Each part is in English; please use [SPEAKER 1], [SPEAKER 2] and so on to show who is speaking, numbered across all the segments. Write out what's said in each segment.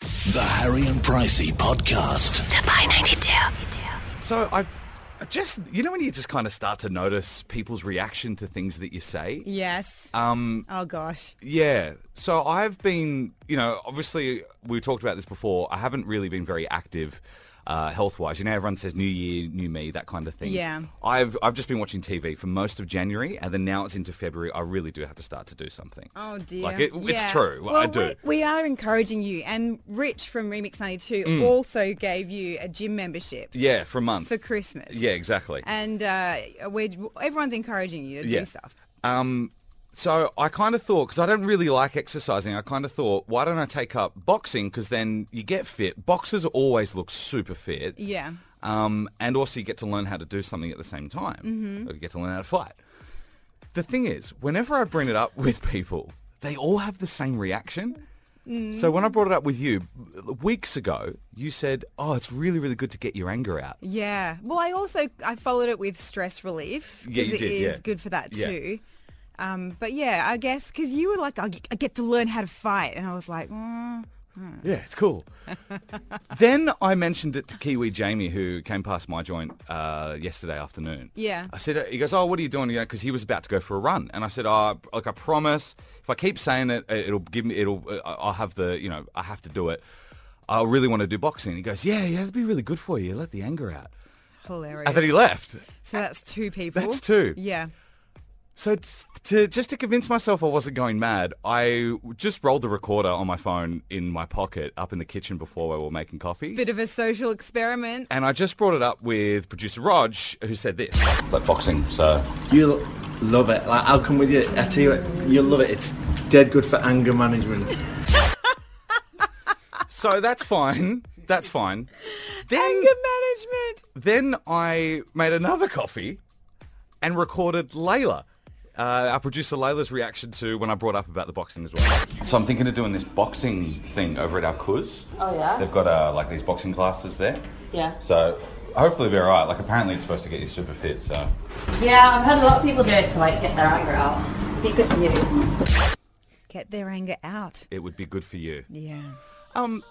[SPEAKER 1] The Harry and Pricey Podcast.
[SPEAKER 2] to buy 92.
[SPEAKER 3] So I I just, you know, when you just kind of start to notice people's reaction to things that you say.
[SPEAKER 4] Yes.
[SPEAKER 3] Um,
[SPEAKER 4] oh gosh.
[SPEAKER 3] yeah. So I've been, you know, obviously we talked about this before. I haven't really been very active. Uh, health-wise, you know, everyone says "New Year, New Me," that kind of thing.
[SPEAKER 4] Yeah.
[SPEAKER 3] I've I've just been watching TV for most of January, and then now it's into February. I really do have to start to do something.
[SPEAKER 4] Oh dear.
[SPEAKER 3] Like it, it's
[SPEAKER 4] Yeah.
[SPEAKER 3] true.
[SPEAKER 4] Well,
[SPEAKER 3] I do.
[SPEAKER 4] We, we are encouraging you, and Rich from Remix Ninety Two
[SPEAKER 3] Mm.
[SPEAKER 4] also gave you a gym membership
[SPEAKER 3] yeah, for a month.
[SPEAKER 4] for Christmas.
[SPEAKER 3] yeah, exactly.
[SPEAKER 4] And uh, we're everyone's encouraging you to
[SPEAKER 3] Yeah.
[SPEAKER 4] do stuff.
[SPEAKER 3] Um, so I kind of thought, because I don't really like exercising, I kind of thought, why don't I take up boxing? Because then you get fit. Boxers always look super fit.
[SPEAKER 4] Yeah.
[SPEAKER 3] Um, and also you get to learn how to do something at the same time. You get to learn how to fight. The thing is, whenever I bring it up with people, they all have the same reaction. So when I brought it up with you weeks ago, you said, "Oh, it's really, really good to get your anger out."
[SPEAKER 4] Yeah. Well, I also I followed it with stress relief.
[SPEAKER 3] Yeah, you
[SPEAKER 4] 'cause
[SPEAKER 3] did,
[SPEAKER 4] It is
[SPEAKER 3] yeah.
[SPEAKER 4] good for that
[SPEAKER 3] Yeah.
[SPEAKER 4] too. Um, but yeah, I guess because you were like, I g- I get to learn how to fight, and I was like, mm,
[SPEAKER 3] Yeah, it's cool. then I mentioned it to Kiwi Jamie, who came past my joint uh, yesterday afternoon.
[SPEAKER 4] Yeah.
[SPEAKER 3] I said, he goes, oh, what are you doing? Because he was about to go for a run, and I said, oh, like I promise, if I keep saying it, it- it'll give me, it'll, uh, I'll have the, you know, I have to do it. I really want to do boxing. He goes, yeah, yeah, that'd be really good for you. Let the anger out.
[SPEAKER 4] hilarious.
[SPEAKER 3] And then he left.
[SPEAKER 4] so that's two people.
[SPEAKER 3] That's two.
[SPEAKER 4] Yeah.
[SPEAKER 3] So t- to just to convince myself I wasn't going mad, I just rolled the recorder on my phone in my pocket up in the kitchen before we were making coffee.
[SPEAKER 4] Bit of a social experiment.
[SPEAKER 3] And I just brought it up with producer Rog, who said this. Like boxing, so.
[SPEAKER 5] You l- love it. Like, I'll come with you. I tell you, what, you'll love it. It's dead good for anger management.
[SPEAKER 3] So that's fine. That's fine. Then,
[SPEAKER 4] Anger management.
[SPEAKER 3] then I made another coffee and recorded Layla. Uh, our producer Layla's reaction to when I brought up about the boxing as well. So I'm thinking of doing this boxing thing over at our Cuz.
[SPEAKER 6] Oh, yeah? They've
[SPEAKER 3] got uh, like these boxing classes there.
[SPEAKER 6] Yeah.
[SPEAKER 3] So hopefully we're alright. Like apparently it's supposed to get you super fit. So
[SPEAKER 6] Yeah, I've had a lot of people do it to like get their anger out. Be good for you.
[SPEAKER 4] Get their anger out.
[SPEAKER 3] it would be good for you.
[SPEAKER 4] Yeah.
[SPEAKER 3] Um,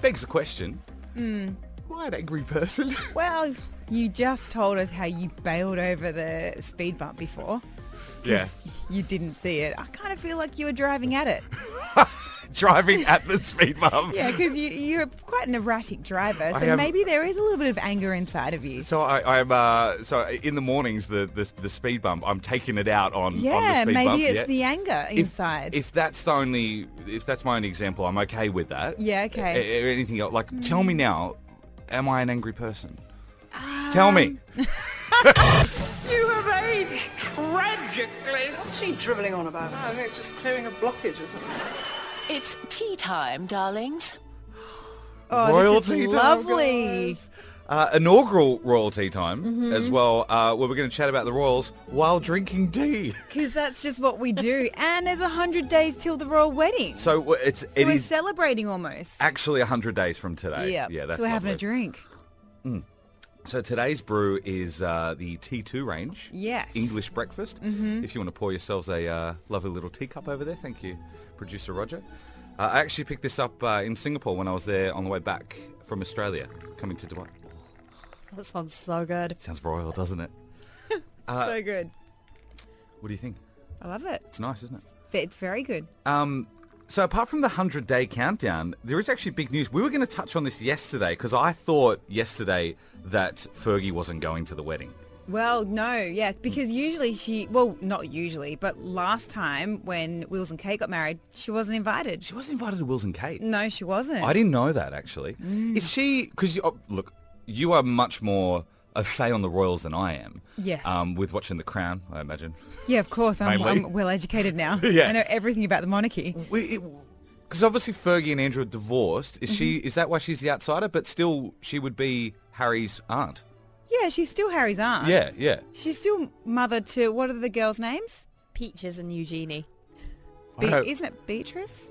[SPEAKER 3] begs the question.
[SPEAKER 4] Hmm.
[SPEAKER 3] Why an angry person?
[SPEAKER 4] Well, you just told us how you bailed over the speed bump before.
[SPEAKER 3] yeah.
[SPEAKER 4] You didn't see it. I kind of feel like you were driving at it.
[SPEAKER 3] Driving at the speed bump.
[SPEAKER 4] Yeah, because you, you're quite an erratic driver, so
[SPEAKER 3] am-
[SPEAKER 4] maybe there is a little bit of anger inside of you.
[SPEAKER 3] So I, I'm uh, so in the mornings the, the the speed bump I'm taking it out on on the
[SPEAKER 4] Yeah,
[SPEAKER 3] speed
[SPEAKER 4] maybe
[SPEAKER 3] bump.
[SPEAKER 4] it's
[SPEAKER 3] yeah.
[SPEAKER 4] the anger
[SPEAKER 3] If-
[SPEAKER 4] inside.
[SPEAKER 3] If, that's the only if that's my only example, I'm okay with that.
[SPEAKER 4] Yeah, okay. Hmm.
[SPEAKER 3] A- a- anything else? Like, tell me now, am I an angry person? tell me.
[SPEAKER 4] Um, you have aged.
[SPEAKER 7] What's she dribbling on about? I think it's just clearing a blockage or something.
[SPEAKER 2] It's tea time, darlings.
[SPEAKER 4] Oh,
[SPEAKER 3] royalty
[SPEAKER 4] this is
[SPEAKER 3] time,
[SPEAKER 4] lovely.
[SPEAKER 3] guys. Uh, inaugural royalty time as
[SPEAKER 4] Mm-hmm.
[SPEAKER 3] well, uh, where we're going to chat about the royals while drinking tea.
[SPEAKER 4] Because that's just what we do. and there's 100 days till the royal wedding. So
[SPEAKER 3] So w- it's it
[SPEAKER 4] we're
[SPEAKER 3] is
[SPEAKER 4] celebrating almost.
[SPEAKER 3] actually hundred days from today.
[SPEAKER 4] Yeah.
[SPEAKER 3] yeah, that's
[SPEAKER 4] so we're having a
[SPEAKER 3] lovely.
[SPEAKER 4] drink.
[SPEAKER 3] So today's brew is uh, the T2 range.
[SPEAKER 4] Yes.
[SPEAKER 3] English breakfast. Mm-hmm. If you want to pour yourselves a uh, lovely little teacup over there, thank you, producer Roger. Uh, I actually picked this up uh, in Singapore when I was there on the way back from Australia, coming to Dubai.
[SPEAKER 6] That sounds so good.
[SPEAKER 3] Sounds royal, doesn't it? Uh,
[SPEAKER 4] so good.
[SPEAKER 3] What do you think?
[SPEAKER 4] I love it.
[SPEAKER 3] It's nice, isn't it?
[SPEAKER 4] It's very good.
[SPEAKER 3] Um, so apart from the 100 day countdown, there is actually big news. We were going to touch on this yesterday because I thought yesterday that Fergie wasn't going to the wedding.
[SPEAKER 4] Well, no, yeah, because usually she, well, not usually, but last time when Wills and Kate got married, she wasn't invited.
[SPEAKER 3] She wasn't invited to Wills and Kate.
[SPEAKER 4] No, she wasn't.
[SPEAKER 3] I didn't know that actually.
[SPEAKER 4] Mm.
[SPEAKER 3] Is she? Because you, oh, look, you are much more a fay on the royals than I am.
[SPEAKER 4] Yes.
[SPEAKER 3] Um, with watching The Crown, I imagine.
[SPEAKER 4] Yeah, of course. I'm,
[SPEAKER 3] Mainly.
[SPEAKER 4] I'm well educated now.
[SPEAKER 3] Yeah.
[SPEAKER 4] I know everything about the monarchy.
[SPEAKER 3] Because obviously Fergie and Andrew are divorced. Is she?
[SPEAKER 4] Mm-hmm.
[SPEAKER 3] Is that why she's the outsider? But still, she would be Harry's aunt.
[SPEAKER 4] Yeah, she's still Harry's aunt.
[SPEAKER 3] Yeah, yeah.
[SPEAKER 4] She's still mother to, what are the girls' names?
[SPEAKER 6] Peaches and Eugenie.
[SPEAKER 3] I know-
[SPEAKER 4] isn't it Beatrice?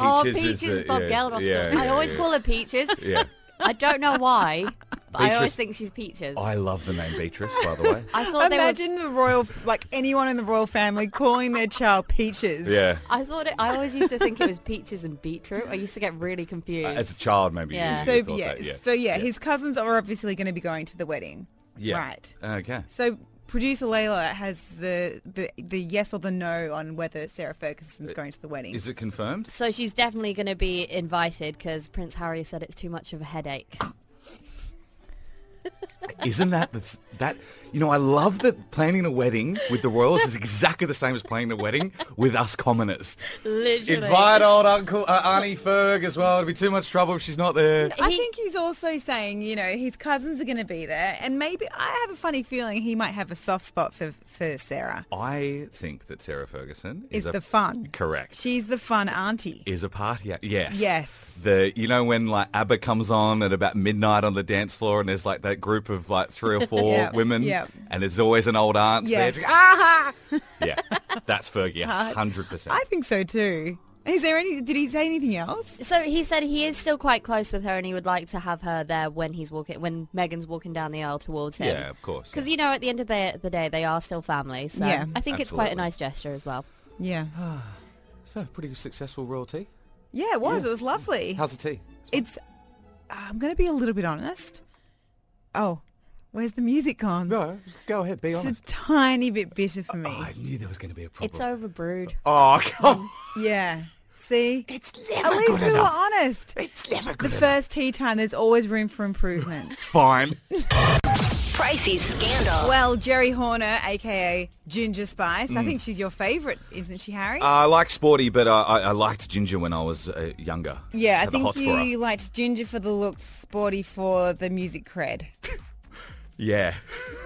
[SPEAKER 4] oh,
[SPEAKER 6] oh, Peaches Bob Geldof. I always call her Peaches.
[SPEAKER 3] Yeah.
[SPEAKER 6] I don't know why,
[SPEAKER 8] I always
[SPEAKER 3] Beatrice-
[SPEAKER 8] think she's Peaches.
[SPEAKER 3] I love the name Beatrice, by the way.
[SPEAKER 8] I thought they were.
[SPEAKER 4] Imagine the royal, like anyone in the royal family calling their child Peaches.
[SPEAKER 3] yeah.
[SPEAKER 8] I thought it, I always used to think it was peaches and beetroot. I used to get really confused.
[SPEAKER 3] As a child, maybe. you-
[SPEAKER 8] Yeah.
[SPEAKER 3] you
[SPEAKER 4] So
[SPEAKER 3] thought
[SPEAKER 4] yeah,
[SPEAKER 3] that, yeah.
[SPEAKER 4] so yeah, his cousins are obviously going to be going to the wedding.
[SPEAKER 3] Yeah.
[SPEAKER 4] Right.
[SPEAKER 3] Okay.
[SPEAKER 4] So producer Layla has the, the the yes or the no on whether Sarah Ferguson's going to the wedding.
[SPEAKER 3] Uh, Is it confirmed?
[SPEAKER 8] so she's definitely going to be invited because Prince Harry said it's too much of a headache.
[SPEAKER 3] Isn't that the, that? You know, I love that planning a wedding with the royals is exactly the same as planning a wedding with us commoners.
[SPEAKER 8] Literally.
[SPEAKER 3] Invite old Uncle uh, Auntie Ferg as well. It'd be too much trouble if she's not there.
[SPEAKER 4] I
[SPEAKER 8] He-
[SPEAKER 4] think he's also saying, you know, his cousins are going to be there, and maybe I have a funny feeling he might have a soft spot for for Sarah.
[SPEAKER 3] I think that Sarah Ferguson is,
[SPEAKER 4] Is
[SPEAKER 3] a,
[SPEAKER 4] the fun
[SPEAKER 3] Correct.
[SPEAKER 4] She's the fun auntie.
[SPEAKER 3] is a party. act- Yes.
[SPEAKER 4] Yes.
[SPEAKER 3] The you know when like ABBA comes on at about midnight on the dance floor and there's like that group of like three or four
[SPEAKER 4] Yep,
[SPEAKER 3] women
[SPEAKER 4] yep.
[SPEAKER 3] and there's always an old aunt
[SPEAKER 4] Yes.
[SPEAKER 3] there. Ah! yeah. That's Fergie, hundred percent.
[SPEAKER 4] I think so too. Is there any? Did he say anything else?
[SPEAKER 8] So he said he is still quite close with her, and he would like to have her there when he's walking, when Megan's walking down the aisle towards him.
[SPEAKER 3] Yeah, of course,
[SPEAKER 8] Because
[SPEAKER 3] yeah.
[SPEAKER 8] you know, at the end of the, the day, they are still family. So
[SPEAKER 4] Yeah.
[SPEAKER 8] I think it's quite a
[SPEAKER 3] Absolutely.
[SPEAKER 8] nice gesture as well.
[SPEAKER 4] Yeah.
[SPEAKER 3] So pretty successful royalty.
[SPEAKER 4] Yeah, it was. It was lovely.
[SPEAKER 3] How's the tea?
[SPEAKER 4] It's. I'm going to be a little bit honest. Oh, where's the music gone?
[SPEAKER 3] No, go ahead, be
[SPEAKER 4] It's a
[SPEAKER 3] honest.
[SPEAKER 4] tiny bit bitter for me.
[SPEAKER 3] Oh, I knew there was going to be a problem.
[SPEAKER 8] It's overbrewed.
[SPEAKER 3] Oh, come
[SPEAKER 4] Yeah. See?
[SPEAKER 1] It's
[SPEAKER 4] At
[SPEAKER 1] never
[SPEAKER 4] least
[SPEAKER 1] good
[SPEAKER 4] we were
[SPEAKER 1] enough.
[SPEAKER 4] honest.
[SPEAKER 1] It's never
[SPEAKER 4] The
[SPEAKER 1] good enough.
[SPEAKER 4] first tea time, there's always room for improvement.
[SPEAKER 3] Fine.
[SPEAKER 2] Pricey scandal.
[SPEAKER 4] well, Jerry Horner, aka Ginger Spice, I think she's your favourite, isn't she, Harry?
[SPEAKER 3] Uh, I like sporty, but uh, I, I, I liked ginger when I was uh, younger. Just
[SPEAKER 4] yeah, I
[SPEAKER 3] had a
[SPEAKER 4] think
[SPEAKER 3] hots for her.
[SPEAKER 4] you liked Ginger for the looks, Sporty for the music cred.
[SPEAKER 3] Yeah.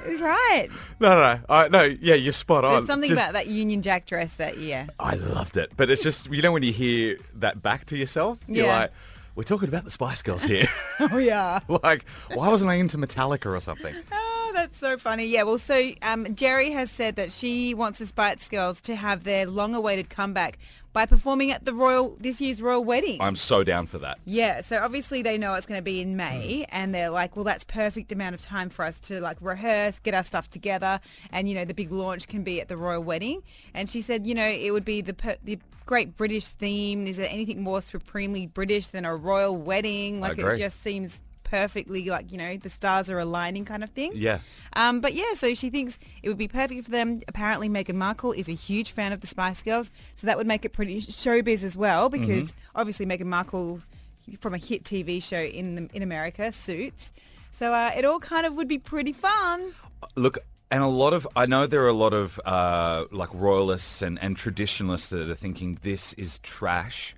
[SPEAKER 4] right.
[SPEAKER 3] No, no, no. I, no, yeah, you're spot on.
[SPEAKER 4] There's something
[SPEAKER 3] Just-
[SPEAKER 4] about that Union Jack dress that year.
[SPEAKER 3] I loved it. But it's just, you know, when you hear that back to yourself, you're
[SPEAKER 4] Yeah.
[SPEAKER 3] like, we're talking about the Spice Girls here.
[SPEAKER 4] Oh, yeah.
[SPEAKER 3] like, why wasn't I into Metallica or something?
[SPEAKER 4] Oh, that's so funny. Yeah, well, so um, Jerry has said that she wants the Spice Girls to have their long-awaited comeback by performing at the royal this year's royal wedding.
[SPEAKER 3] I'm so down for that.
[SPEAKER 4] yeah, so obviously they know it's going to be in May, and they're like, well, that's perfect amount of time for us to like rehearse, get our stuff together, and you know the big launch can be at the royal wedding. And she said, you know, it would be the per- the great British theme. Is there anything more supremely British than a royal wedding? Like
[SPEAKER 3] agree.
[SPEAKER 4] it just seems perfectly like you know the stars are aligning kind of thing.
[SPEAKER 3] Yeah.
[SPEAKER 4] Um, but yeah, so she thinks it would be perfect for them. Apparently, Meghan Markle is a huge fan of the Spice Girls, so that would make it pretty showbiz as well because obviously Meghan Markle from a hit TV show in the, in America, Suits. So uh, it all kind of would be pretty fun.
[SPEAKER 3] Look, and a lot of, I know there are a lot of, uh, like, royalists and, and traditionalists that are thinking this is trash,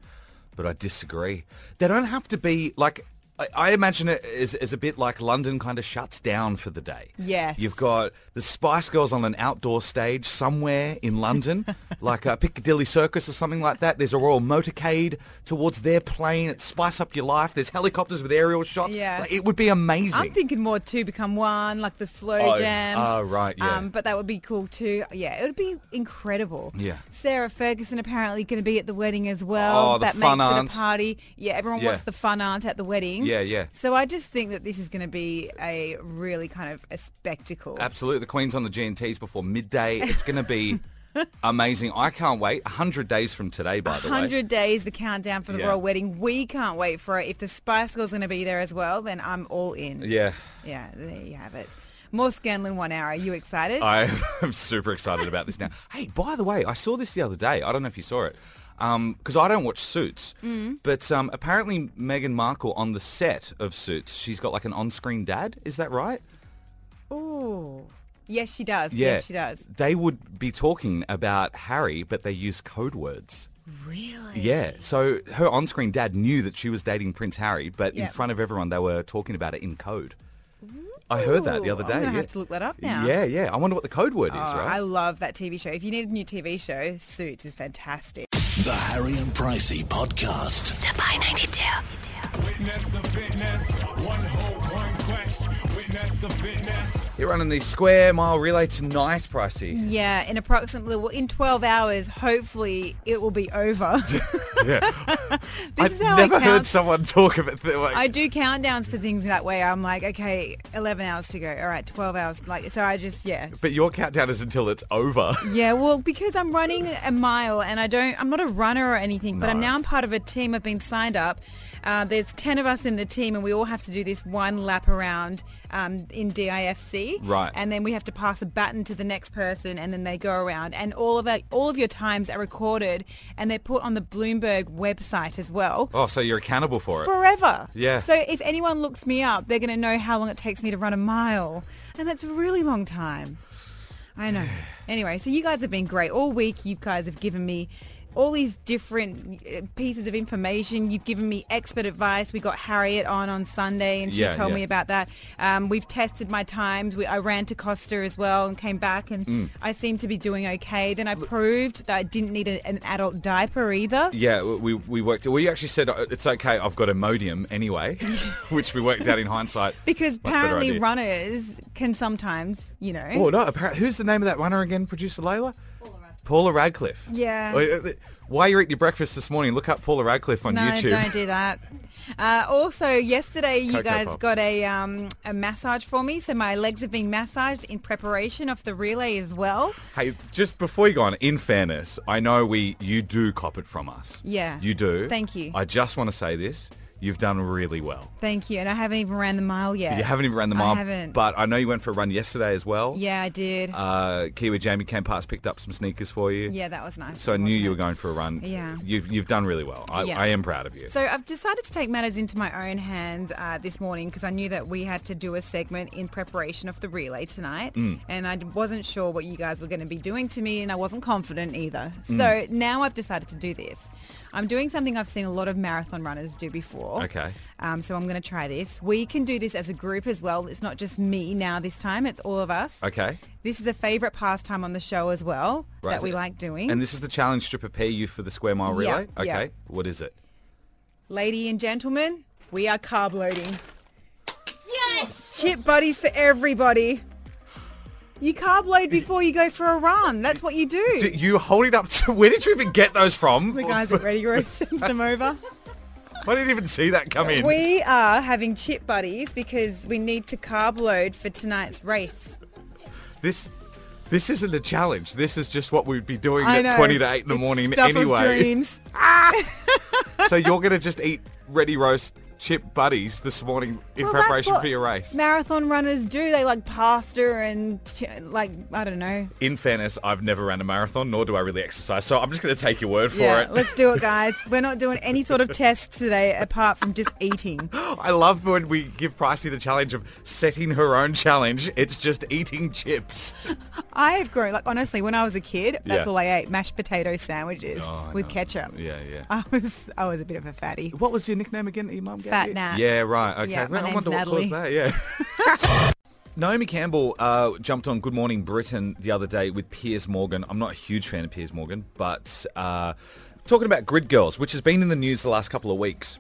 [SPEAKER 3] but I disagree. They don't have to be, like, I, I imagine it is, is a bit like London kind of shuts down for the day.
[SPEAKER 4] Yes.
[SPEAKER 3] You've got the Spice Girls on an outdoor stage somewhere in London, like a Piccadilly Circus or something like that. There's a Royal Motorcade towards their plane. It's Spice Up Your Life. There's helicopters with aerial shots.
[SPEAKER 4] Yeah.
[SPEAKER 3] Like, it would be amazing.
[SPEAKER 4] I'm thinking more two become one, like the slow
[SPEAKER 3] Oh,
[SPEAKER 4] jams.
[SPEAKER 3] oh, right, yeah.
[SPEAKER 4] Um, but that would be cool too. Yeah, it would be incredible.
[SPEAKER 3] Yeah.
[SPEAKER 4] Sarah Ferguson apparently going to be at the wedding as well.
[SPEAKER 3] Oh, the
[SPEAKER 4] that
[SPEAKER 3] fun
[SPEAKER 4] makes
[SPEAKER 3] aunt.
[SPEAKER 4] it a party. Yeah, everyone
[SPEAKER 3] Yeah.
[SPEAKER 4] wants the fun aunt at the wedding.
[SPEAKER 3] Yeah, yeah.
[SPEAKER 4] So I just think that this is going to be a really kind of a spectacle.
[SPEAKER 3] Absolutely. The Queen's on the G&Ts before midday. It's going to be amazing. I can't wait. 100 days from today, by the way.
[SPEAKER 4] 100 days, the countdown for the
[SPEAKER 3] Yeah.
[SPEAKER 4] royal wedding. We can't wait for it. If the Spice Girls going to be there as well, then I'm all in.
[SPEAKER 3] Yeah.
[SPEAKER 4] Yeah, there you have it. More Scanlon one hour. Are you excited?
[SPEAKER 3] I am super excited about this now. Hey, by the way, I saw this the other day. I don't know if you saw it. Because I don't watch Suits, but um, apparently Meghan Markle on the set of Suits, she's got like an on-screen dad. Is that right?
[SPEAKER 4] Ooh. Yes, she does.
[SPEAKER 3] Yeah,
[SPEAKER 4] Yes, she does.
[SPEAKER 3] They would be talking about Harry, but they use code words. Really? Yeah. So her on-screen dad knew that she was dating Prince Harry, but in
[SPEAKER 4] Yeah.
[SPEAKER 3] front of everyone, they were talking about it in code. I heard that the
[SPEAKER 4] Ooh,
[SPEAKER 3] other
[SPEAKER 4] I'm
[SPEAKER 3] day.
[SPEAKER 4] gonna
[SPEAKER 3] yeah.
[SPEAKER 4] have to look that up now.
[SPEAKER 3] Yeah, yeah. I wonder what the code word is,
[SPEAKER 4] Oh,
[SPEAKER 3] right?
[SPEAKER 4] I love that TV show. If you need a new TV show, Suits is fantastic.
[SPEAKER 1] The Harry and Pricey Podcast.
[SPEAKER 2] To buy 92.
[SPEAKER 9] Witness the fitness. One hope, one quest. Witness the fitness.
[SPEAKER 3] You're running the square mile relay tonight, Pricey.
[SPEAKER 4] Yeah, in approximately well, in 12 hours, hopefully it will be over.
[SPEAKER 3] Yeah.
[SPEAKER 4] this is how
[SPEAKER 3] I've never
[SPEAKER 4] I
[SPEAKER 3] heard
[SPEAKER 4] count.
[SPEAKER 3] someone talk about it. Like,
[SPEAKER 4] I do countdowns for things that way. I'm like, okay, 11 hours to go. All right, 12 hours. Like, so I just, yeah.
[SPEAKER 3] but your countdown is until it's over.
[SPEAKER 4] Yeah, well, because I'm running a mile and I don't, I'm not a runner or anything, but I'm
[SPEAKER 3] No.
[SPEAKER 4] now I'm part of a team. I've been signed up. Uh, there's 10 of us in the team and we all have to do this one lap around um, in DIFC.
[SPEAKER 3] Right.
[SPEAKER 4] And then we have to pass a baton to the next person and then they go around. And all of our, all of your times are recorded and they're put on the Bloomberg website as well.
[SPEAKER 3] Oh, so you're accountable for it.
[SPEAKER 4] Forever.
[SPEAKER 3] Yeah.
[SPEAKER 4] So if anyone looks me up, they're going to know how long it takes me to run a mile. And that's a really long time. I know. Anyway, so you guys have been great all week. You guys have given me all these different uh, pieces of information. You've given me expert advice. We got Harriet on on Sunday, and she
[SPEAKER 3] Yeah,
[SPEAKER 4] told
[SPEAKER 3] yeah.
[SPEAKER 4] me about that. Um, we've tested my times. We, I ran to Costa as well and came back, and
[SPEAKER 3] Mm.
[SPEAKER 4] I seemed to be doing okay. Then I proved that I didn't need a, an adult diaper either.
[SPEAKER 3] Yeah, we, we worked. We actually said uh, it's okay. I've got Imodium anyway, which we worked out in hindsight.
[SPEAKER 4] Because
[SPEAKER 3] Much better
[SPEAKER 4] apparently
[SPEAKER 3] idea.
[SPEAKER 4] runners can sometimes, you know.
[SPEAKER 3] Oh no! Appar- who's the name of that runner again? Producer Layla. Paula Radcliffe.
[SPEAKER 4] Yeah.
[SPEAKER 3] Oh, uh, uh, While you're eating your breakfast this morning, look up Paula Radcliffe on
[SPEAKER 4] no,
[SPEAKER 3] YouTube.
[SPEAKER 4] don't do that. Uh, also, yesterday you
[SPEAKER 3] Cocoa
[SPEAKER 4] guys
[SPEAKER 3] Pops.
[SPEAKER 4] got a um, a massage for me, so my legs have been massaged in preparation of the relay as well.
[SPEAKER 3] Hey, just before you go on, in fairness, I know we you do cop it from us.
[SPEAKER 4] Yeah.
[SPEAKER 3] You do.
[SPEAKER 4] Thank you.
[SPEAKER 3] I just want to say this. You've done really well.
[SPEAKER 4] Thank you, and I haven't even ran the mile yet.
[SPEAKER 3] You haven't even ran the
[SPEAKER 4] I
[SPEAKER 3] mile.
[SPEAKER 4] haven't.
[SPEAKER 3] But I know you went for a run yesterday as well.
[SPEAKER 4] yeah, I did.
[SPEAKER 3] Uh, Kiwi Jamie came past, picked up some sneakers for you.
[SPEAKER 4] yeah, that was nice.
[SPEAKER 3] So I knew
[SPEAKER 4] wasn't
[SPEAKER 3] you
[SPEAKER 4] it?
[SPEAKER 3] were going for a run.
[SPEAKER 4] Yeah.
[SPEAKER 3] You've, you've done really well. I,
[SPEAKER 4] Yeah.
[SPEAKER 3] I am proud of you.
[SPEAKER 4] So I've decided to take matters into my own hands uh, this morning because I knew that we had to do a segment in preparation of the relay tonight,
[SPEAKER 3] Mm.
[SPEAKER 4] and I wasn't sure what you guys were going to be doing to me, and I wasn't confident either.
[SPEAKER 3] Mm.
[SPEAKER 4] So now I've decided to do this. I'm doing something I've seen a lot of marathon runners do before.
[SPEAKER 3] Okay.
[SPEAKER 4] Um, so I'm going to try this. We can do this as a group as well. It's not just me now this time. It's all of us.
[SPEAKER 3] okay.
[SPEAKER 4] This is a favourite pastime on the show as well
[SPEAKER 3] Right.
[SPEAKER 4] that we like doing.
[SPEAKER 3] And this is the challenge to prepare you for the square mile
[SPEAKER 4] Yeah,
[SPEAKER 3] relay?
[SPEAKER 4] yeah.
[SPEAKER 3] okay. What is it?
[SPEAKER 4] Lady and gentlemen, we are carb loading.
[SPEAKER 2] Yes!
[SPEAKER 4] Chip buddies for everybody. You carb load before you go for a run. That's what you
[SPEAKER 3] Is
[SPEAKER 4] do.
[SPEAKER 3] it you holding up to... Where did you even get those from?
[SPEAKER 4] The guys at Ready Road sent them over.
[SPEAKER 3] I didn't even see that come in.
[SPEAKER 4] We are having chip buddies because we need to carb load for tonight's race.
[SPEAKER 3] This... This isn't a challenge. This is just what we'd be doing
[SPEAKER 4] I
[SPEAKER 3] at
[SPEAKER 4] know.
[SPEAKER 3] 20 to 8 in the
[SPEAKER 4] It's
[SPEAKER 3] morning
[SPEAKER 4] stuff of
[SPEAKER 3] anyway.
[SPEAKER 4] dreams.
[SPEAKER 3] so you're going to just eat ready roast chip buddies this morning in
[SPEAKER 4] Well, that's
[SPEAKER 3] preparation
[SPEAKER 4] what
[SPEAKER 3] for your race.
[SPEAKER 4] Marathon runners do. They like pasta and ch- like, I don't know.
[SPEAKER 3] in fairness, I've never ran a marathon, nor do I really exercise, so I'm just going to take your word for
[SPEAKER 4] yeah,
[SPEAKER 3] it.
[SPEAKER 4] let's do it, guys. We're not doing any sort of tests today apart from just eating.
[SPEAKER 3] I love when we give Pricey the challenge of setting her own challenge. It's just eating chips.
[SPEAKER 4] I have grown, like honestly, when I was a kid, that's
[SPEAKER 3] Yeah. Oh,
[SPEAKER 4] all I ate, mashed potato sandwiches
[SPEAKER 3] I
[SPEAKER 4] with
[SPEAKER 3] know.
[SPEAKER 4] ketchup.
[SPEAKER 3] Yeah, yeah.
[SPEAKER 4] I was, I was a bit of a fatty.
[SPEAKER 3] What was your nickname again that your mum gave
[SPEAKER 4] Fat
[SPEAKER 3] you?
[SPEAKER 4] Nat.
[SPEAKER 3] Yeah, right. Okay.
[SPEAKER 4] Yeah, my
[SPEAKER 3] I
[SPEAKER 4] name's
[SPEAKER 3] wonder what caused that.
[SPEAKER 4] Natalie.
[SPEAKER 3] Yeah. Naomi Campbell uh, jumped on Good Morning Britain the other day with Piers Morgan. I'm not a huge fan of Piers Morgan, but uh, talking about Grid Girls, which has been in the news the last couple of weeks.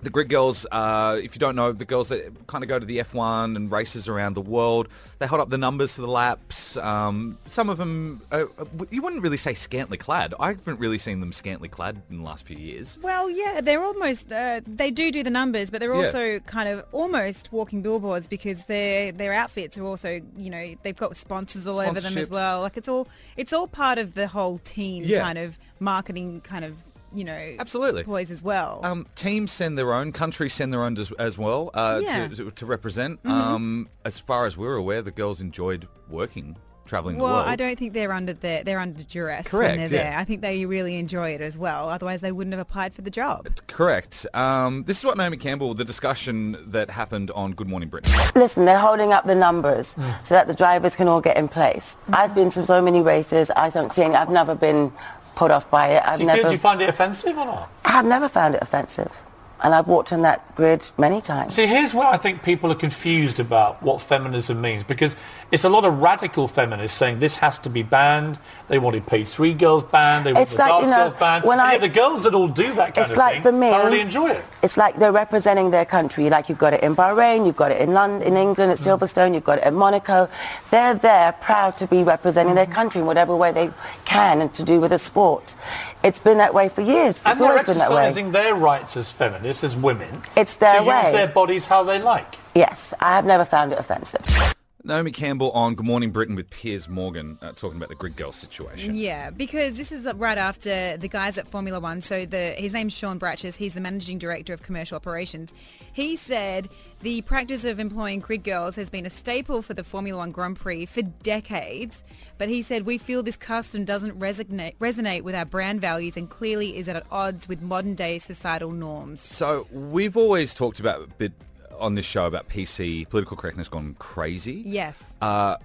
[SPEAKER 3] The Grid Girls, uh, if you don't know, the girls that kind of go to the F1 and races around the world, they hold up the numbers for the laps. Um, some of them, uh, uh, you wouldn't really say scantily clad. I haven't really seen them scantily clad in the last few years.
[SPEAKER 4] Well, yeah, they're almost, uh, they do do the numbers, but they're
[SPEAKER 3] Yeah.
[SPEAKER 4] also kind of almost walking billboards because their their outfits are also, you know, they've got sponsors all over them as
[SPEAKER 3] Sponsorships.
[SPEAKER 4] well. Like it's all, it's all part of the whole team
[SPEAKER 3] Yeah.
[SPEAKER 4] kind of marketing kind of, you know,
[SPEAKER 3] Absolutely.
[SPEAKER 4] boys as well.
[SPEAKER 3] Um, teams send their own, countries send their own as, as well uh,
[SPEAKER 4] Yeah. Mm-hmm.
[SPEAKER 3] to, to, to represent. Um, as far as we're aware, the girls enjoyed working, traveling the
[SPEAKER 4] well,
[SPEAKER 3] world.
[SPEAKER 4] I don't think they're under their, they're under duress when
[SPEAKER 3] Correct,
[SPEAKER 4] they're
[SPEAKER 3] yeah.
[SPEAKER 4] there. I think they really enjoy it as well. Otherwise, they wouldn't have applied for the job.
[SPEAKER 3] Correct. Um, this is what Naomi Campbell, the discussion that happened on Good Morning Britain.
[SPEAKER 10] Listen, they're holding up the numbers
[SPEAKER 11] Hmm.
[SPEAKER 10] so that the drivers can all get in place. I've been to so many races. I don't see any. I've never been put off by it. I've
[SPEAKER 11] Do you, feel,
[SPEAKER 10] never.
[SPEAKER 11] do you find it offensive or not?
[SPEAKER 10] I have never found it offensive. And I've walked on that grid many times.
[SPEAKER 11] See, here's where I think people are confused about what feminism means because it's a lot of radical feminists saying this has to be banned. They wanted page-three girls banned. They wanted
[SPEAKER 10] It's
[SPEAKER 11] the
[SPEAKER 10] like,
[SPEAKER 11] dance
[SPEAKER 10] you know,
[SPEAKER 11] girls banned.
[SPEAKER 10] when
[SPEAKER 11] And
[SPEAKER 10] I-
[SPEAKER 11] yet the girls that all do that kind
[SPEAKER 10] it's
[SPEAKER 11] of
[SPEAKER 10] like
[SPEAKER 11] thing
[SPEAKER 10] for me,
[SPEAKER 11] thoroughly enjoy it.
[SPEAKER 10] It's like they're representing their country. Like you've got it in Bahrain, you've got it in London, in England,
[SPEAKER 11] Hmm.
[SPEAKER 10] at Silverstone, you've got it in Monaco. They're there proud to be representing their
[SPEAKER 11] Hmm.
[SPEAKER 10] country in whatever way they can and to do with the sport. It's been that way for years. It's
[SPEAKER 11] And they're
[SPEAKER 10] always been that way.
[SPEAKER 11] exercising their rights as feminists, as women,
[SPEAKER 10] It's their
[SPEAKER 11] to
[SPEAKER 10] way.
[SPEAKER 11] use their bodies how they like.
[SPEAKER 10] Yes, I have never found it offensive.
[SPEAKER 3] Naomi Campbell on Good Morning Britain with Piers Morgan uh, talking about the grid girl situation.
[SPEAKER 4] Yeah, because this is right after the guys at Formula One. So the his name's Sean Bratches. He's the managing director of commercial operations. He said the practice of employing grid girls has been a staple for the Formula One Grand Prix for decades. But he said we feel this custom doesn't resonate resonate with our brand values and clearly is at odds with modern day societal norms.
[SPEAKER 3] So we've always talked about a bit on this show about PC political correctness gone crazy.
[SPEAKER 4] Yes.
[SPEAKER 3] Uh,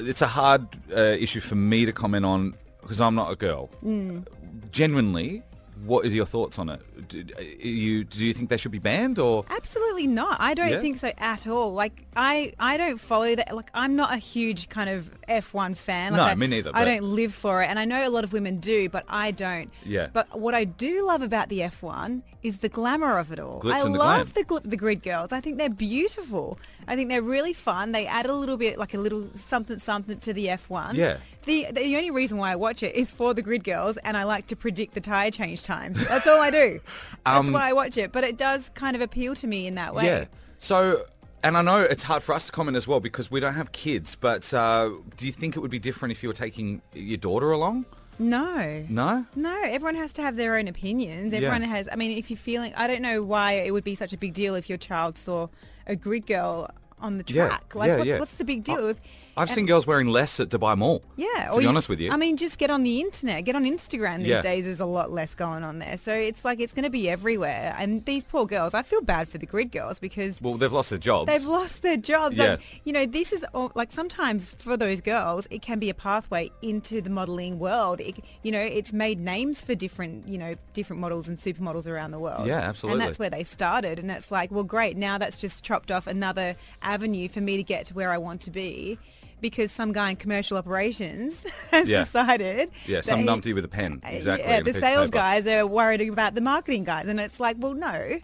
[SPEAKER 3] it's a hard uh, issue for me to comment on because I'm not a girl.
[SPEAKER 4] Mm.
[SPEAKER 3] Genuinely, what is your thoughts on it? Do, uh, you do you think they should be banned or?
[SPEAKER 4] Ah, Absolutely not. I don't
[SPEAKER 3] Yeah?
[SPEAKER 4] think so at all. Like I, I don't follow that. Like I'm not a huge kind of F1 fan. Like,
[SPEAKER 3] No,
[SPEAKER 4] I,
[SPEAKER 3] me neither,
[SPEAKER 4] I
[SPEAKER 3] but-
[SPEAKER 4] don't live for it, and I know a lot of women do, but I don't.
[SPEAKER 3] Yeah.
[SPEAKER 4] But what I do love about the F1 is the glamour of it all.
[SPEAKER 3] Glitz
[SPEAKER 4] I
[SPEAKER 3] and the
[SPEAKER 4] love the gl- the grid girls. I think they're beautiful. I think they're really fun. They add a little bit, like a little something something to the F1.
[SPEAKER 3] Yeah.
[SPEAKER 4] The, the only reason why I watch it is for the grid girls, and I like to predict the tire change times. That's all I do. That's
[SPEAKER 3] Um,
[SPEAKER 4] why I watch it. But it does kind of appeal to me in that way.
[SPEAKER 3] Yeah. So, and I know it's hard for us to comment as well because we don't have kids. But uh, do you think it would be different if you were taking your daughter along?
[SPEAKER 4] No.
[SPEAKER 3] No.
[SPEAKER 4] No, everyone has to have their own opinions.
[SPEAKER 3] Yeah.
[SPEAKER 4] Everyone has, I mean, if you're feeling, I don't know why it would be such a big deal if your child saw a grid girl on the
[SPEAKER 3] Yeah,
[SPEAKER 4] track. Like,
[SPEAKER 3] yeah,
[SPEAKER 4] what,
[SPEAKER 3] yeah.
[SPEAKER 4] what's the big deal? if,
[SPEAKER 3] I've
[SPEAKER 4] and-
[SPEAKER 3] seen girls wearing less at Dubai Mall.
[SPEAKER 4] Yeah.
[SPEAKER 3] To
[SPEAKER 4] or
[SPEAKER 3] be honest with you.
[SPEAKER 4] I mean, just get on the internet. Get on Instagram these
[SPEAKER 3] Yeah.
[SPEAKER 4] days. There's a lot less going on there. So it's like, it's going to be everywhere. And these poor girls, I feel bad for the grid girls because
[SPEAKER 3] well, they've lost their jobs.
[SPEAKER 4] They've lost their jobs.
[SPEAKER 3] Yeah.
[SPEAKER 4] Like, you know, this is all, like sometimes for those girls, it can be a pathway into the modeling world. It, you know, it's made names for different, you know, different models and supermodels around the world.
[SPEAKER 3] Yeah, absolutely.
[SPEAKER 4] And that's where they started. And it's like, well, great. Now that's just chopped off another avenue for me to get to where I want to be. Because some guy in commercial operations has
[SPEAKER 3] Yeah.
[SPEAKER 4] decided.
[SPEAKER 3] Yeah,
[SPEAKER 4] that
[SPEAKER 3] some
[SPEAKER 4] he-
[SPEAKER 3] numpty with a pen. Exactly.
[SPEAKER 4] uh, yeah,
[SPEAKER 3] and a
[SPEAKER 4] the
[SPEAKER 3] piece of
[SPEAKER 4] sales
[SPEAKER 3] paper.
[SPEAKER 4] guys are worried about the marketing guys, and it's like, well, no,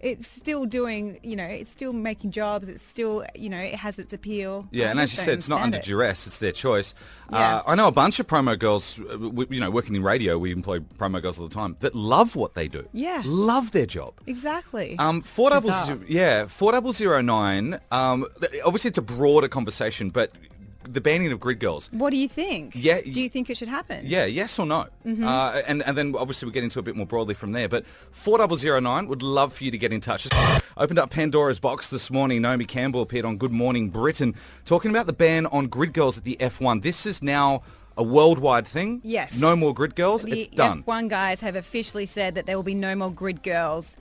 [SPEAKER 4] it's still doing, you know, it's still making jobs. It's still, you know, it has its appeal.
[SPEAKER 3] Yeah,
[SPEAKER 4] I
[SPEAKER 3] and as
[SPEAKER 4] just
[SPEAKER 3] you
[SPEAKER 4] don't
[SPEAKER 3] said, it's not
[SPEAKER 4] understand
[SPEAKER 3] under
[SPEAKER 4] it.
[SPEAKER 3] duress; it's their choice.
[SPEAKER 4] Yeah.
[SPEAKER 3] Uh, I know a bunch of promo girls, uh, w- you know, working in radio. We employ promo girls all the time that love what they do.
[SPEAKER 4] Yeah.
[SPEAKER 3] love their job.
[SPEAKER 4] Exactly.
[SPEAKER 3] Um, four double
[SPEAKER 4] Bizarre.
[SPEAKER 3] zero, yeah, four double zero nine. Um, th- obviously, it's a broader conversation, but the banning of grid girls.
[SPEAKER 4] What do you think?
[SPEAKER 3] Yeah,
[SPEAKER 4] Do you think it should happen?
[SPEAKER 3] Yeah, yes or no,
[SPEAKER 4] Mhm.
[SPEAKER 3] uh, and and then obviously we get into a bit more broadly from there. But four double zero nine would love for you to get in touch. Opened up Pandora's box this morning. Naomi Campbell appeared on Good Morning Britain talking about the ban on grid girls at the F1. This is now a worldwide thing.
[SPEAKER 4] Yes.
[SPEAKER 3] no more grid girls.
[SPEAKER 4] The
[SPEAKER 3] it's done.
[SPEAKER 4] F1 guys have officially said that there will be no more grid girls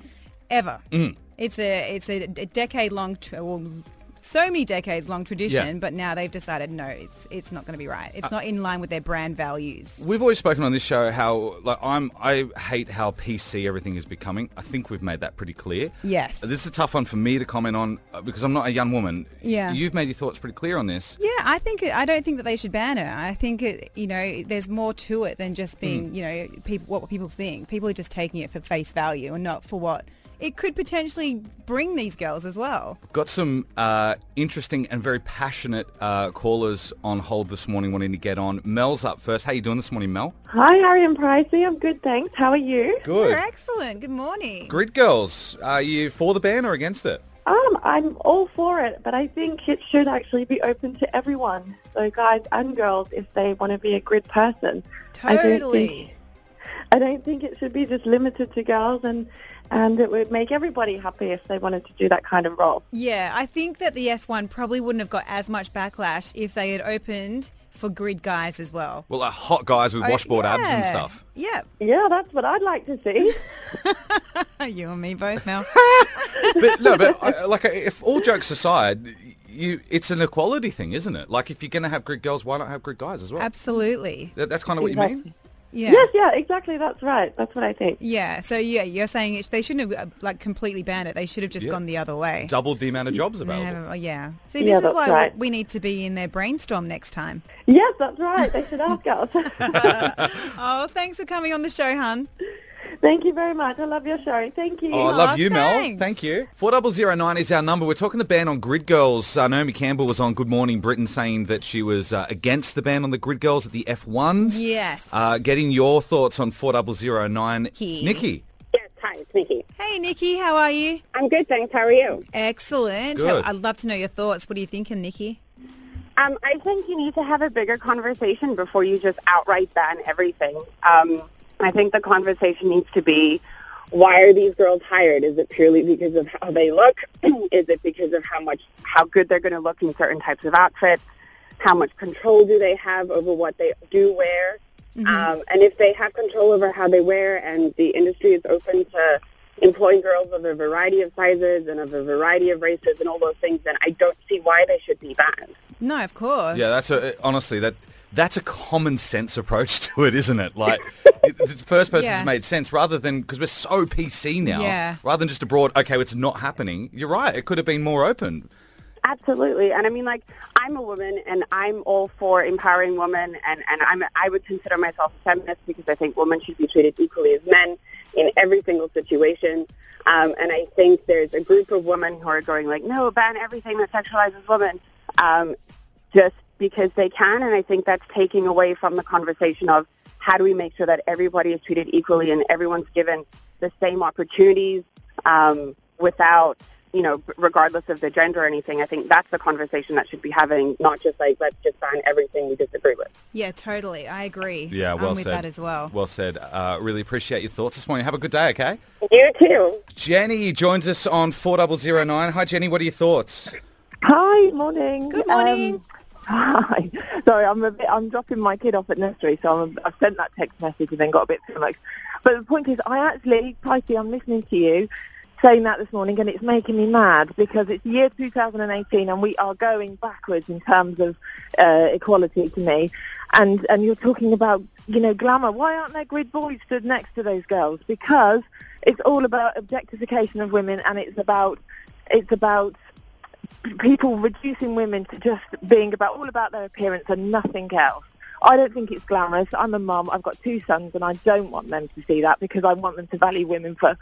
[SPEAKER 4] ever.
[SPEAKER 3] Mm.
[SPEAKER 4] It's a it's a, decade long, tr well, so many decades long tradition, but now they've decided no, it's it's not going to be right. It's
[SPEAKER 3] Uh,
[SPEAKER 4] not in line with their brand values.
[SPEAKER 3] We've always spoken on this show how like I'm I hate how PC everything is becoming. I think we've made that pretty clear.
[SPEAKER 4] Yes.
[SPEAKER 3] This is a tough one for me to comment on uh, because I'm not a young woman.
[SPEAKER 4] Yeah.
[SPEAKER 3] You've made your thoughts pretty clear on this.
[SPEAKER 4] Yeah, I think it, I don't think that they should ban her. I think it, you know, there's more to it than just
[SPEAKER 3] Hmm.
[SPEAKER 4] being, you know, people what people think. People are just taking it for face value and not for what it could potentially bring these girls as well.
[SPEAKER 3] Got some uh, interesting and very passionate uh, callers on hold this morning wanting to get on. Mel's up first. How you doing this morning, Mel?
[SPEAKER 12] Hi, Harry and Pricey. I'm good, thanks. How are you?
[SPEAKER 3] Good.
[SPEAKER 4] You're excellent. Good morning.
[SPEAKER 3] Grid Girls, are you for the ban or against it?
[SPEAKER 12] Um, I'm all for it, but I think it should actually be open to everyone, so guys and girls, if they want to be a grid person. I don't think,
[SPEAKER 4] Totally.
[SPEAKER 12] I don't think it should be just limited to girls, and and it would make everybody happy if they wanted to do that kind of role.
[SPEAKER 4] Yeah, I think that the F1 probably wouldn't have got as much backlash if they had opened for grid guys as well.
[SPEAKER 3] Well, like hot guys with
[SPEAKER 4] Oh,
[SPEAKER 3] washboard abs and
[SPEAKER 4] yeah.
[SPEAKER 3] stuff.
[SPEAKER 4] Yeah.
[SPEAKER 12] Yeah, that's what I'd like to see.
[SPEAKER 4] you and me both, Mel.
[SPEAKER 3] but no, but I, like, uh, if all jokes aside, you it's an equality thing, isn't it? Like, if you're going to have grid girls, why not have grid guys as well?
[SPEAKER 4] Absolutely.
[SPEAKER 3] That- That's kind of what you mean.
[SPEAKER 12] Exactly.
[SPEAKER 4] Yeah.
[SPEAKER 12] Yes, yeah, exactly. That's right. That's what I think.
[SPEAKER 4] Yeah. So yeah, you're saying it, they shouldn't have uh, like completely banned it. They should have just
[SPEAKER 3] Yeah.
[SPEAKER 4] gone the other way.
[SPEAKER 3] Doubled the amount of jobs available.
[SPEAKER 4] Yeah. yeah. See,
[SPEAKER 12] Yeah,
[SPEAKER 4] this is
[SPEAKER 12] that's
[SPEAKER 4] why
[SPEAKER 12] right.
[SPEAKER 4] we need to be in their brainstorm next time.
[SPEAKER 12] Yes, that's right. They should ask us.
[SPEAKER 4] Oh, thanks for coming on the show, hun.
[SPEAKER 12] Thank you very much. I love your show. Thank you.
[SPEAKER 3] Oh, I love you, Mel. Thank you. 4009 is our number. We're talking the ban on grid girls. Uh, Naomi Campbell was on Good Morning Britain saying that she was uh, against the ban on the grid girls at the F1s.
[SPEAKER 4] Yes.
[SPEAKER 3] Uh, getting your thoughts on 4009. Nikki.
[SPEAKER 13] Hi, it's Nikki.
[SPEAKER 4] Hey, Nikki, how are you?
[SPEAKER 13] I'm good, thanks. How are you?
[SPEAKER 4] Excellent.
[SPEAKER 13] Good.
[SPEAKER 4] I'd love to know your thoughts. What are you thinking, Nikki?
[SPEAKER 13] Um, I think you need to have a bigger conversation before you just outright ban everything. Um, I think the conversation needs to be, why are these girls hired? Is it purely because of how they look? Is it because of how much, how good they're going to look in certain types of outfits? How much control do they have over what they do wear? Um, and if they have control over how they wear and the industry is open to employing girls of a variety of sizes and of a variety of races and all those things, then I don't see why they should be banned.
[SPEAKER 4] No, of course.
[SPEAKER 3] Yeah, that's a, uh, honestly, that that's a common sense approach to it, isn't it? Like, it- it's the first person
[SPEAKER 4] Yeah.
[SPEAKER 3] that's made sense rather than, because we're so PC now,
[SPEAKER 13] Yeah.
[SPEAKER 3] rather than just a broad, okay, it's not happening. You're right. It could have been more open.
[SPEAKER 13] Absolutely. And I mean, like, I'm a woman and I'm all for empowering women. And, and I'm, I would consider myself a feminist because I think women should be treated equally as men in every single situation. Um, and I think there's a group of women who are going like, no, ban everything that sexualizes women um, just because they can. And I think that's taking away from the conversation of how do we make sure that everybody is treated equally and everyone's given the same opportunities um, without, you know, regardless of the gender or anything. I think that's the conversation that should be having, not just like, let's just ban everything we disagree with.
[SPEAKER 4] Yeah, totally. I agree.
[SPEAKER 3] Yeah, well
[SPEAKER 4] I'm with
[SPEAKER 3] said.
[SPEAKER 4] that as well.
[SPEAKER 3] Well said. Uh, really appreciate your thoughts this morning. Have a good day, okay?
[SPEAKER 13] You too.
[SPEAKER 3] Jenny joins us on 4009. Hi, Jenny. What are your thoughts?
[SPEAKER 14] Hi, morning. Good
[SPEAKER 13] Um,
[SPEAKER 4] morning.
[SPEAKER 14] hi. Sorry, I'm a bit. I'm dropping my kid off at nursery, so I'm, I've sent that text message and then got a bit too much. But the point is, I actually, Pricey, I'm listening to you saying that this morning, and it's making me mad because it's year 2018, and we are going backwards in terms of uh, equality to me. And and you're talking about you know glamour. Why aren't there grid boys stood next to those girls? Because it's all about objectification of women, and it's about it's about people reducing women to just being about all about their appearance and nothing else. I don't think it's glamorous. I'm a mum. I've got two sons, and I don't want them to see that because I want them to value women for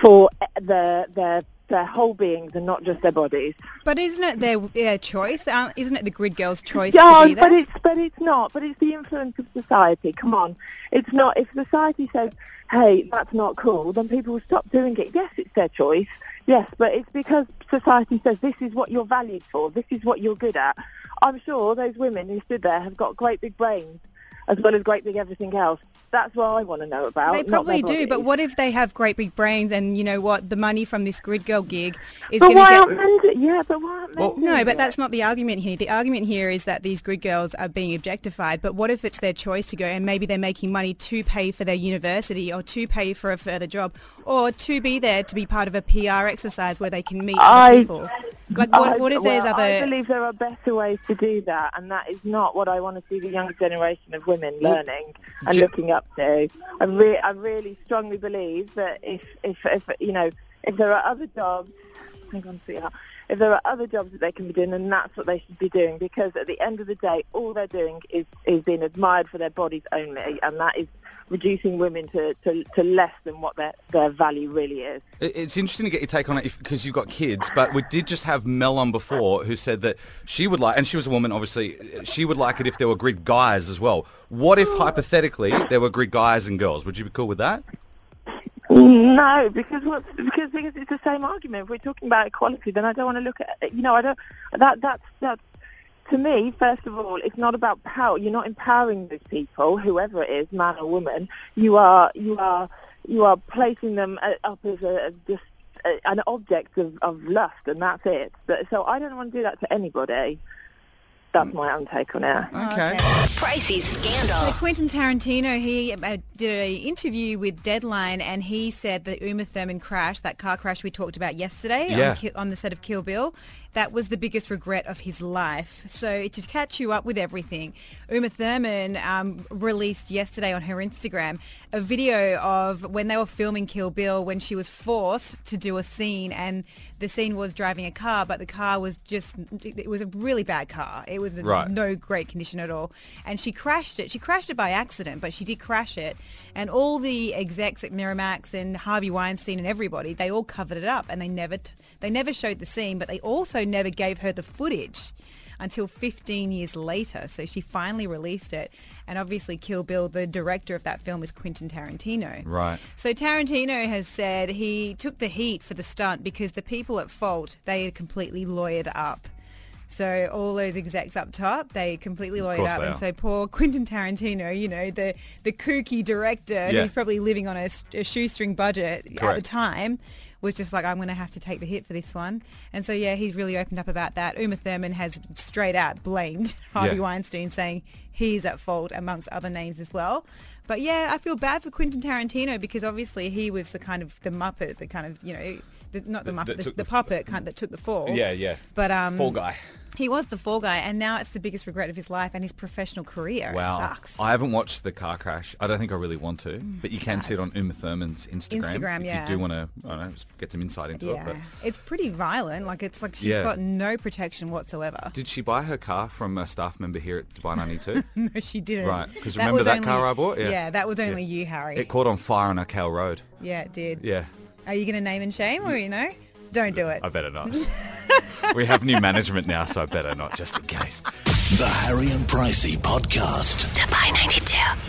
[SPEAKER 14] for their their their whole beings and not just their bodies.
[SPEAKER 4] But isn't it their, their choice? Uh, isn't it the grid girls' choice
[SPEAKER 14] Yeah,
[SPEAKER 4] to be there?
[SPEAKER 14] Oh, but it's but it's not. But it's the influence of society. Come on, it's not. If society says, "Hey, that's not cool," then people will stop doing it. Yes, it's their choice. Yes, but it's because society says this is what you're valued for. This is what you're good at. I'm sure those women who stood there have got great big brains, as well as great big everything else. That's what I want to know about.
[SPEAKER 4] They
[SPEAKER 14] not their
[SPEAKER 4] probably do,
[SPEAKER 14] bodies.
[SPEAKER 4] but what if they have great big brains and you know what? The money from this grid girl gig is
[SPEAKER 14] But
[SPEAKER 4] going
[SPEAKER 14] why
[SPEAKER 4] to
[SPEAKER 14] aren't
[SPEAKER 4] get.
[SPEAKER 14] men? do- Yeah, but why aren't men?
[SPEAKER 4] Well, no, but that's not the argument here. The argument here is that these grid girls are being objectified. But what if it's their choice to go and maybe they're making money to pay for their university or to pay for a further job or to be there to be part of a PR exercise where they can meet other
[SPEAKER 14] I-
[SPEAKER 4] people? Like what,
[SPEAKER 14] I-
[SPEAKER 4] what if there's
[SPEAKER 14] well, I
[SPEAKER 4] other?
[SPEAKER 14] believe there are better ways to do that, and that is not what I want to see the younger generation of women
[SPEAKER 4] Well,
[SPEAKER 14] learning and
[SPEAKER 4] ju-
[SPEAKER 14] looking up to. I, re- I really strongly believe that if, if, if you know, if there are other jobs, hang on, sweetheart, if there are other jobs that they can be doing, then that's what they should be doing. Because at the end of the day, all they're doing is is being admired for their bodies only, and that is reducing women to, to, to less than what their, their value really is.
[SPEAKER 3] It- It's interesting to get your take on it because you've got kids, but we did just have Mel on before who said that she would like, and she was a woman, obviously, she would like it if there were grid guys as well. What if, hypothetically, there were grid guys and girls? Would you be cool with that?
[SPEAKER 14] No, because what's, because because it's the same argument. If we're talking about equality, then I don't want to look at you know I don't that that's that's to me. First of all, it's not about power. You're not empowering those people, whoever it is, man or woman. You are you are you are placing them uh, up as a as just uh, a, an object of, of lust, and that's it. But, so I don't want to do that to anybody. that's my own take on it.
[SPEAKER 3] Okay.
[SPEAKER 4] Pricey scandal. So Quentin Tarantino, he uh, did an interview with Deadline, and he said that Uma Thurman crash, that car crash we talked about yesterday
[SPEAKER 3] Yeah.
[SPEAKER 4] on, Ki- on the set of Kill Bill, that was the biggest regret of his life. So to catch you up with everything, Uma Thurman um, released yesterday on her Instagram a video of when they were filming Kill Bill when she was forced to do a scene and the scene was driving a car, but the car was just, it was a really bad car. It was
[SPEAKER 3] Right.
[SPEAKER 4] no great condition at all. And she crashed it. She crashed it by accident, but she did crash it. And all the execs at Miramax and Harvey Weinstein and everybody, they all covered it up and they never, t- they never showed the scene, but they also never gave her the footage until 15 years later. So she finally released it. And obviously Kill Bill, the director of that film is Quentin Tarantino.
[SPEAKER 3] Right.
[SPEAKER 4] So Tarantino has said he took the heat for the stunt because the people at fault, they had completely lawyered up. So all those execs up top, they completely lawyered
[SPEAKER 15] course
[SPEAKER 4] up.
[SPEAKER 15] they
[SPEAKER 4] And
[SPEAKER 15] are.
[SPEAKER 4] so poor Quentin Tarantino, you know, the, the kooky director
[SPEAKER 15] Yeah.
[SPEAKER 4] who's probably living on a, s- a shoestring budget at the
[SPEAKER 15] Correct.
[SPEAKER 4] time was just like, I'm going to have to take the hit for this one. And so, yeah, he's really opened up about that. Uma Thurman has straight out blamed Harvey
[SPEAKER 15] Yeah.
[SPEAKER 4] Weinstein, saying he's at fault, amongst other names as well. But yeah, I feel bad for Quentin Tarantino because obviously he was the kind of the Muppet, the kind of, you know, the, not the,
[SPEAKER 3] That-
[SPEAKER 4] Muppet,
[SPEAKER 3] that
[SPEAKER 4] the,
[SPEAKER 3] took
[SPEAKER 4] the
[SPEAKER 3] the-
[SPEAKER 4] puppet kind that took the fall.
[SPEAKER 3] Yeah, yeah.
[SPEAKER 4] But um,
[SPEAKER 3] Fall guy.
[SPEAKER 4] He was the fall guy, and now it's the biggest regret of his life and his professional career.
[SPEAKER 3] Wow.
[SPEAKER 4] It sucks.
[SPEAKER 3] I haven't watched the car crash. I don't think I really want to, but you can see it on Uma Thurman's Instagram.
[SPEAKER 4] Instagram,
[SPEAKER 3] if
[SPEAKER 4] yeah.
[SPEAKER 3] you do want to, I don't know, just get some insight into
[SPEAKER 4] Yeah,
[SPEAKER 3] it.
[SPEAKER 4] it's pretty violent. Like it's like she's
[SPEAKER 3] Yeah.
[SPEAKER 4] got no protection whatsoever.
[SPEAKER 3] But did she buy her car from a staff member here at Dubai 92?
[SPEAKER 4] no, she didn't.
[SPEAKER 3] Right, 'cause
[SPEAKER 4] That
[SPEAKER 3] remember
[SPEAKER 4] was
[SPEAKER 3] that
[SPEAKER 4] only-
[SPEAKER 3] car I bought? Yeah.
[SPEAKER 4] that was
[SPEAKER 3] Yeah.
[SPEAKER 4] only you, Harry.
[SPEAKER 3] it caught on fire on Cal Road.
[SPEAKER 4] yeah, it did.
[SPEAKER 3] Yeah,
[SPEAKER 4] Are you going to name and shame, or you know, don't do it.
[SPEAKER 3] I better not. we have new management now, so I better not, just in case.
[SPEAKER 1] The Harry and Pricey Podcast.
[SPEAKER 2] Dubai 92.